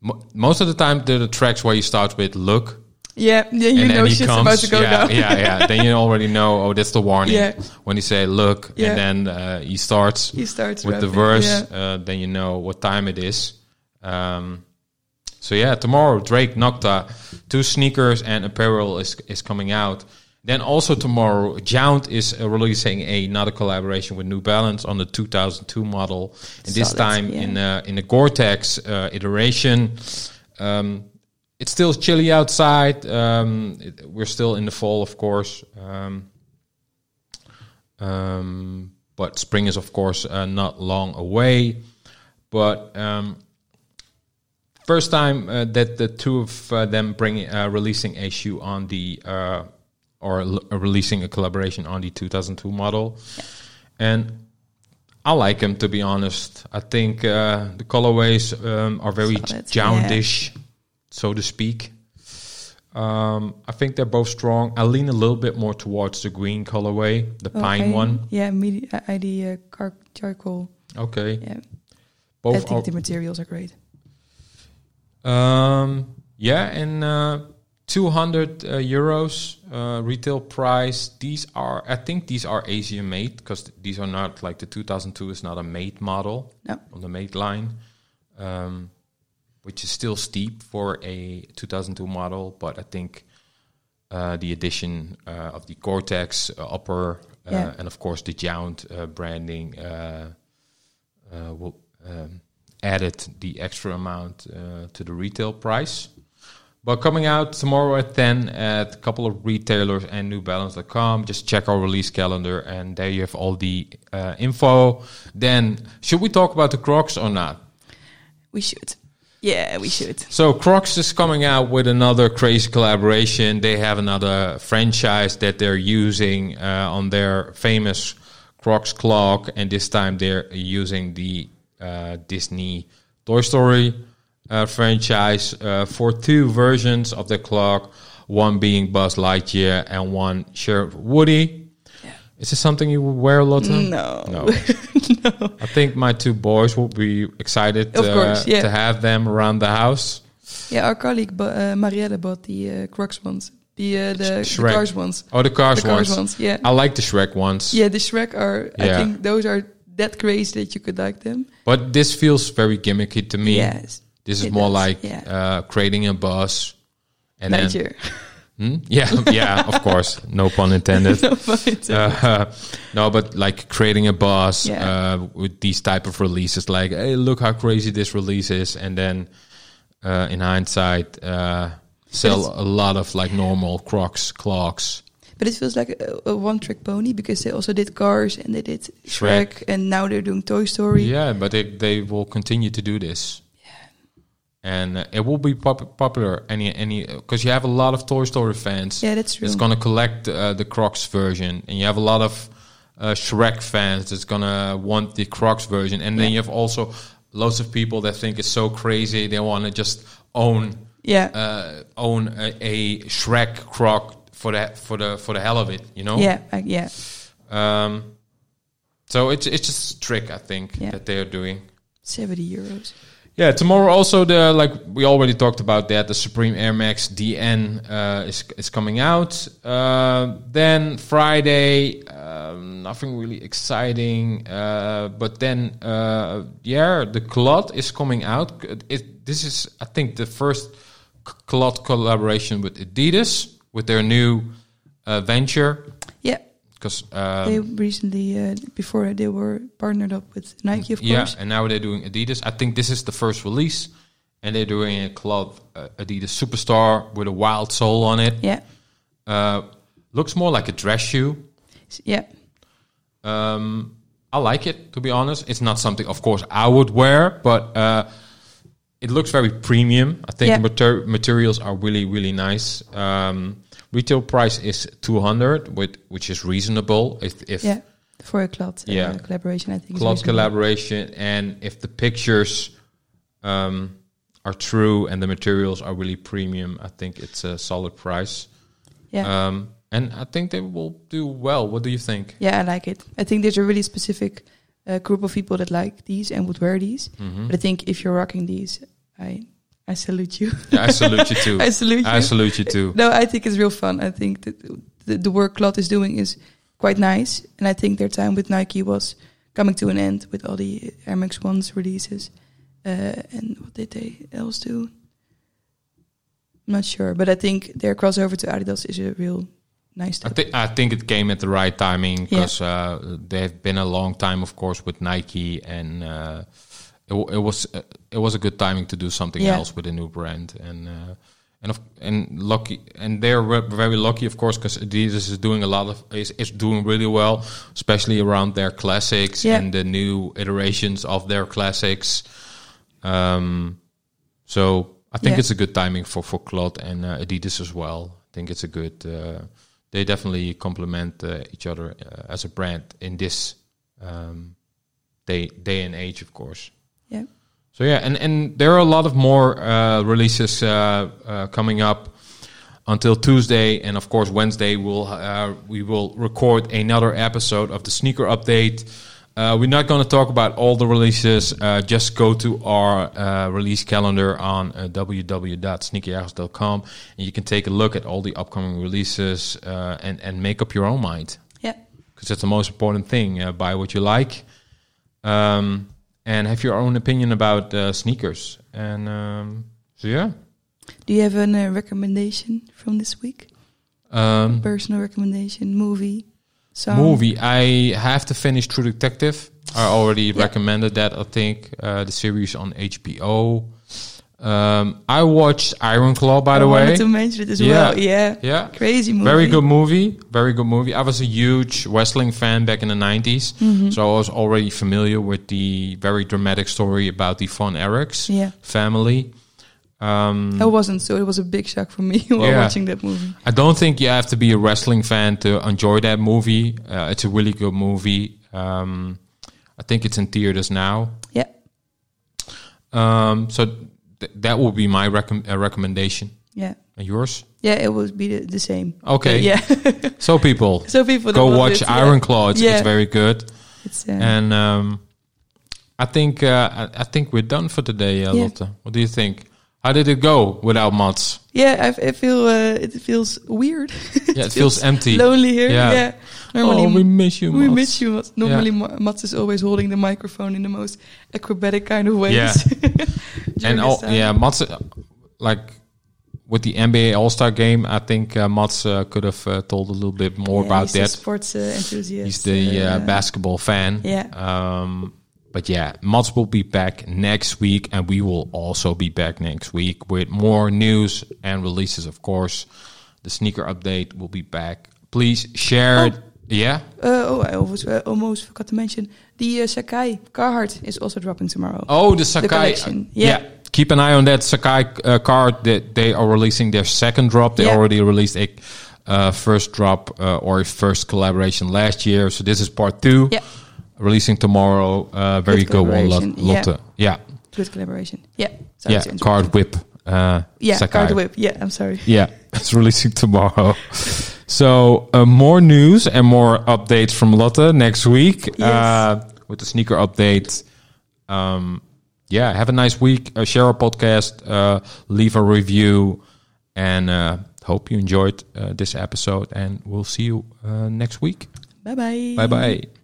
S1: mo- most of the time, they're the tracks where you start with "look"
S2: yeah. Then you
S1: and
S2: know
S1: then he
S2: shit's
S1: comes.
S2: about to go
S1: yeah,
S2: down. <laughs>
S1: yeah, yeah. Then you already know. Oh, that's the warning.
S2: Yeah.
S1: When you say "look,"
S2: Yeah.
S1: and then uh, he starts
S2: He starts
S1: with the
S2: rapping,
S1: verse,
S2: yeah.
S1: uh, then you know what time it is. Um, so yeah, tomorrow Drake Nocta, two sneakers and apparel is is coming out. Then also tomorrow, Jount is uh, releasing another collaboration with New Balance on the 2002 model, and this
S2: Solid,
S1: time
S2: yeah.
S1: in a, in a Gore-Tex uh, iteration. Um, it's still chilly outside. Um, it- we're still in the fall, of course. Um, um, but spring is, of course, uh, not long away. But um, first time uh, that the two of uh, them bring uh, releasing a shoe on the uh, or l- uh, releasing a collaboration on the 2002 model, and I like them to be honest. I think uh, the colorways um, are very
S2: Solid,
S1: jaundish, so to speak. Um, I think they're both strong. I lean a little bit more towards the green colorway, the pine
S2: Okay.
S1: one.
S2: Yeah, medi- uh, ID uh, car- charcoal.
S1: Okay,
S2: Yeah, I
S1: both
S2: think
S1: are
S2: the materials are great.
S1: Um, yeah, and uh, 200 uh, euros uh, retail price. These are, I think, these are Asian made because these are not like the 2002 is not a made model
S2: No.
S1: on the made line, um, which is still steep for a 2002 model. But I think uh, the addition uh, of the Cortex uh, upper uh,
S2: Yeah.
S1: and of course the Jount uh, branding uh, uh, will um, added the extra amount uh, to the retail price. But coming out tomorrow at 10 at a couple of retailers and newbalance.com. Just check our release calendar and there you have all the uh, info. Then, should we talk about the Crocs or not?
S2: We should. Yeah, we should.
S1: So Crocs is coming out with another crazy collaboration. They have another franchise that they're using uh, on their famous Crocs clock, and this time they're using the uh, Disney Toy Story uh, franchise uh, for two versions of the clock. One being Buzz Lightyear and one Sheriff Woody. Is this something you would wear, Lotte?
S2: No.
S1: No. I think my two boys will be excited
S2: Of
S1: uh,
S2: course, yeah.
S1: to have them around the house.
S2: Yeah, our colleague bu- uh, Marielle bought the uh, Crocs ones, the uh, the,
S1: Sh-
S2: the
S1: Shrek.
S2: cars ones,
S1: Oh, the cars
S2: the cars
S1: ones.
S2: ones. Yeah,
S1: I like the Shrek ones,
S2: yeah, the Shrek are. I
S1: Yeah.
S2: think those are that crazy that you could like them.
S1: but this feels very gimmicky to me.
S2: Yes,
S1: this is
S2: it
S1: more
S2: does,
S1: like
S2: yeah.
S1: uh, creating a bus, and then
S2: Niger.
S1: Hmm? yeah, <laughs> yeah, of course, no pun intended. <laughs>
S2: <laughs> <laughs> No, but it's, uh,
S1: Uh, no, but like creating a buzz
S2: Yeah.
S1: uh, with these type of releases, like hey, look how crazy this release is, and then uh, in hindsight, uh, sell a lot of like normal Crocs clocks.
S2: but it feels like a, a one-trick pony because they also did Cars and they did Shrek,
S1: Shrek.
S2: and now they're doing Toy Story.
S1: Yeah, but they, they will continue to do this. And uh, it will be pop- popular. Any any because you have a lot of Toy Story fans.
S2: Yeah, that's true.
S1: That's gonna collect uh, the Crocs version, and you have a lot of uh, Shrek fans that's gonna want the Crocs version. And then you have also lots of people that think it's so crazy they want to just own
S2: yeah,
S1: uh, own a, a Shrek Croc for the for the for the hell of it. You know.
S2: yeah, I, yeah.
S1: Um, so it's it's just a trick I think
S2: Yeah.
S1: that they are doing.
S2: Seventy euros.
S1: Yeah, tomorrow also the like we already talked about that the Supreme Air Max DN uh, is is coming out. Uh, then Friday, um, nothing really exciting. Uh, but then uh, yeah, the Clot is coming out. It, this is I think the first Clot collaboration with Adidas with their new uh, venture um,
S2: Yeah,
S1: because
S2: they recently, uh, before they were partnered up with Nike, of
S1: yeah,
S2: course.
S1: and now they're doing Adidas. I think this is the first release, and they're doing a club uh, Adidas Superstar with a wild sole on it.
S2: Yeah,
S1: Uh, looks more like a dress shoe.
S2: S- yeah,
S1: Um, I like it to be honest. It's not something, of course, I would wear, but uh, it looks very premium. I think
S2: Yeah.
S1: the mater- materials are really, really nice. Um, retail price is two hundred, which which is reasonable. If if
S2: yeah. For a cloud uh,
S1: Yeah.
S2: collaboration, I think. is
S1: close
S2: reasonable.
S1: collaboration and if the pictures um, are true and the materials are really premium i think it's a solid price
S2: Yeah.
S1: um, and i think they will do well what do you think
S2: Yeah, I like it. I think there's a really specific uh, group of people that like these and would wear these.
S1: mm-hmm.
S2: But I think if you're rocking these, I I salute you. <laughs>
S1: yeah, i salute you too
S2: I salute you.
S1: i salute you too
S2: no, I think it's real fun. I think that the, the work Clot is doing is quite nice, and I think their time with Nike was coming to an end with all the Air Max Ones releases. Uh, and what did they else do? I'm not sure, but I think their crossover to Adidas is a real nice
S1: I
S2: step.
S1: think I think it came at the right timing
S2: Yeah.
S1: because uh, they've been a long time, of course, with Nike, and uh, it, w- it was uh, it was a good timing to do something
S2: Yeah.
S1: else with a new brand, and uh, and of, and lucky, and they're re- very lucky, of course, because Adidas is doing a lot of is, is doing really well, especially around their classics
S2: Yeah.
S1: and the new iterations of their classics. Um, so I think
S2: Yeah.
S1: it's a good timing for for Klot and uh, Adidas as well. I think it's a good. Uh, they definitely complement uh, each other uh, as a brand in this um, day day and age, of course.
S2: Yeah.
S1: So yeah, and and there are a lot of more uh, releases uh, uh, coming up until Tuesday, and of course Wednesday we'll uh, we will record another episode of the sneaker update. Uh, we're not going to talk about all the releases. Uh, just go to our uh, release calendar on uh, www.sneakerjagers.com and you can take a look at all the upcoming releases uh, and and make up your own mind
S2: Yeah,
S1: because that's the most important thing. Uh, buy what you like, um, and have your own opinion about uh, sneakers. And um, so, yeah,
S2: do you have a uh, recommendation from this week?
S1: um,
S2: personal recommendation movie song
S1: movie. I have to finish True Detective. I already
S2: Yeah.
S1: recommended that. I think uh, the series on HBO. Um, I watched Iron Claw, by
S2: Oh, I
S1: the
S2: wanted
S1: way.
S2: to mention it as
S1: Yeah.
S2: well yeah
S1: Yeah,
S2: crazy movie
S1: Very good movie. Very good movie. I was a huge wrestling fan back in the 90s.
S2: Mm-hmm.
S1: So I was already familiar with the very dramatic story about the Von Erichs
S2: yeah
S1: family. Um,
S2: I wasn't so it was a big shock for me <laughs> while
S1: Yeah.
S2: watching that movie
S1: I don't think you have to be a wrestling fan to enjoy that movie. Uh, it's a really good movie. Um, I think it's in theaters now.
S2: yeah
S1: Um, so th- that will be my recom- uh, recommendation.
S2: yeah
S1: And yours?
S2: yeah it would be the, the same
S1: Okay.
S2: yeah <laughs>
S1: So people,
S2: so people that
S1: go
S2: love
S1: watch
S2: it, yeah.
S1: Iron Claw. It's, it's
S2: Yeah.
S1: very good.
S2: it's, uh,
S1: And um, I think uh, I, I think we're done for today, uh,
S2: Yeah.
S1: Lotte. What do you think? How did it go without Mats?
S2: yeah I, I feel uh, it feels weird <laughs>
S1: Yeah, it feels empty.
S2: lonely here
S1: Yeah.
S2: yeah, normally
S1: oh, we miss you,
S2: we
S1: Mats.
S2: miss you Mats. normally Ma- Mats is always holding the microphone in the most acrobatic kind of ways
S1: Yeah.
S2: <laughs> During
S1: And
S2: this
S1: all,
S2: time.
S1: yeah, Mats, uh, like with the NBA All Star game, I think uh, Mats uh, could have uh, told a little bit more
S2: Yeah,
S1: about
S2: he's the
S1: that.
S2: sports uh, enthusiast.
S1: He's the uh,
S2: uh,
S1: basketball fan.
S2: Yeah.
S1: Um, but yeah, Mats will be back next week, and we will also be back next week with more news and releases, of course. The sneaker update will be back. Please
S2: Oh.
S1: share it. Yeah.
S2: Uh, oh, I almost, uh, almost forgot to mention the uh, Sakai Carhartt is also dropping tomorrow.
S1: Oh, the Sakai.
S2: collection.
S1: yeah.
S2: Yeah.
S1: Keep an eye on that Sakai uh, card. That they are releasing their second drop. They
S2: Yeah.
S1: already released a uh, first drop uh, or first collaboration last year. So this is part two.
S2: Yeah.
S1: Releasing tomorrow. Uh, very
S2: Good
S1: good one, Lot-
S2: collaboration. Yeah.
S1: Lotte. Yeah.
S2: Good collaboration. Yeah. Sorry
S1: Yeah.
S2: to interrupt.
S1: Card whip. Uh,
S2: Yeah.
S1: Sakai.
S2: Card whip. Yeah. I'm sorry.
S1: Yeah, <laughs> it's releasing tomorrow. so uh, more news and more updates from Lotte next week
S2: Yes.
S1: uh, with the sneaker update. Um, yeah, have a nice week. Uh, share our podcast, uh, leave a review, and uh, hope you enjoyed uh, this episode. And we'll see you uh, next week.
S2: Bye bye.
S1: Bye bye.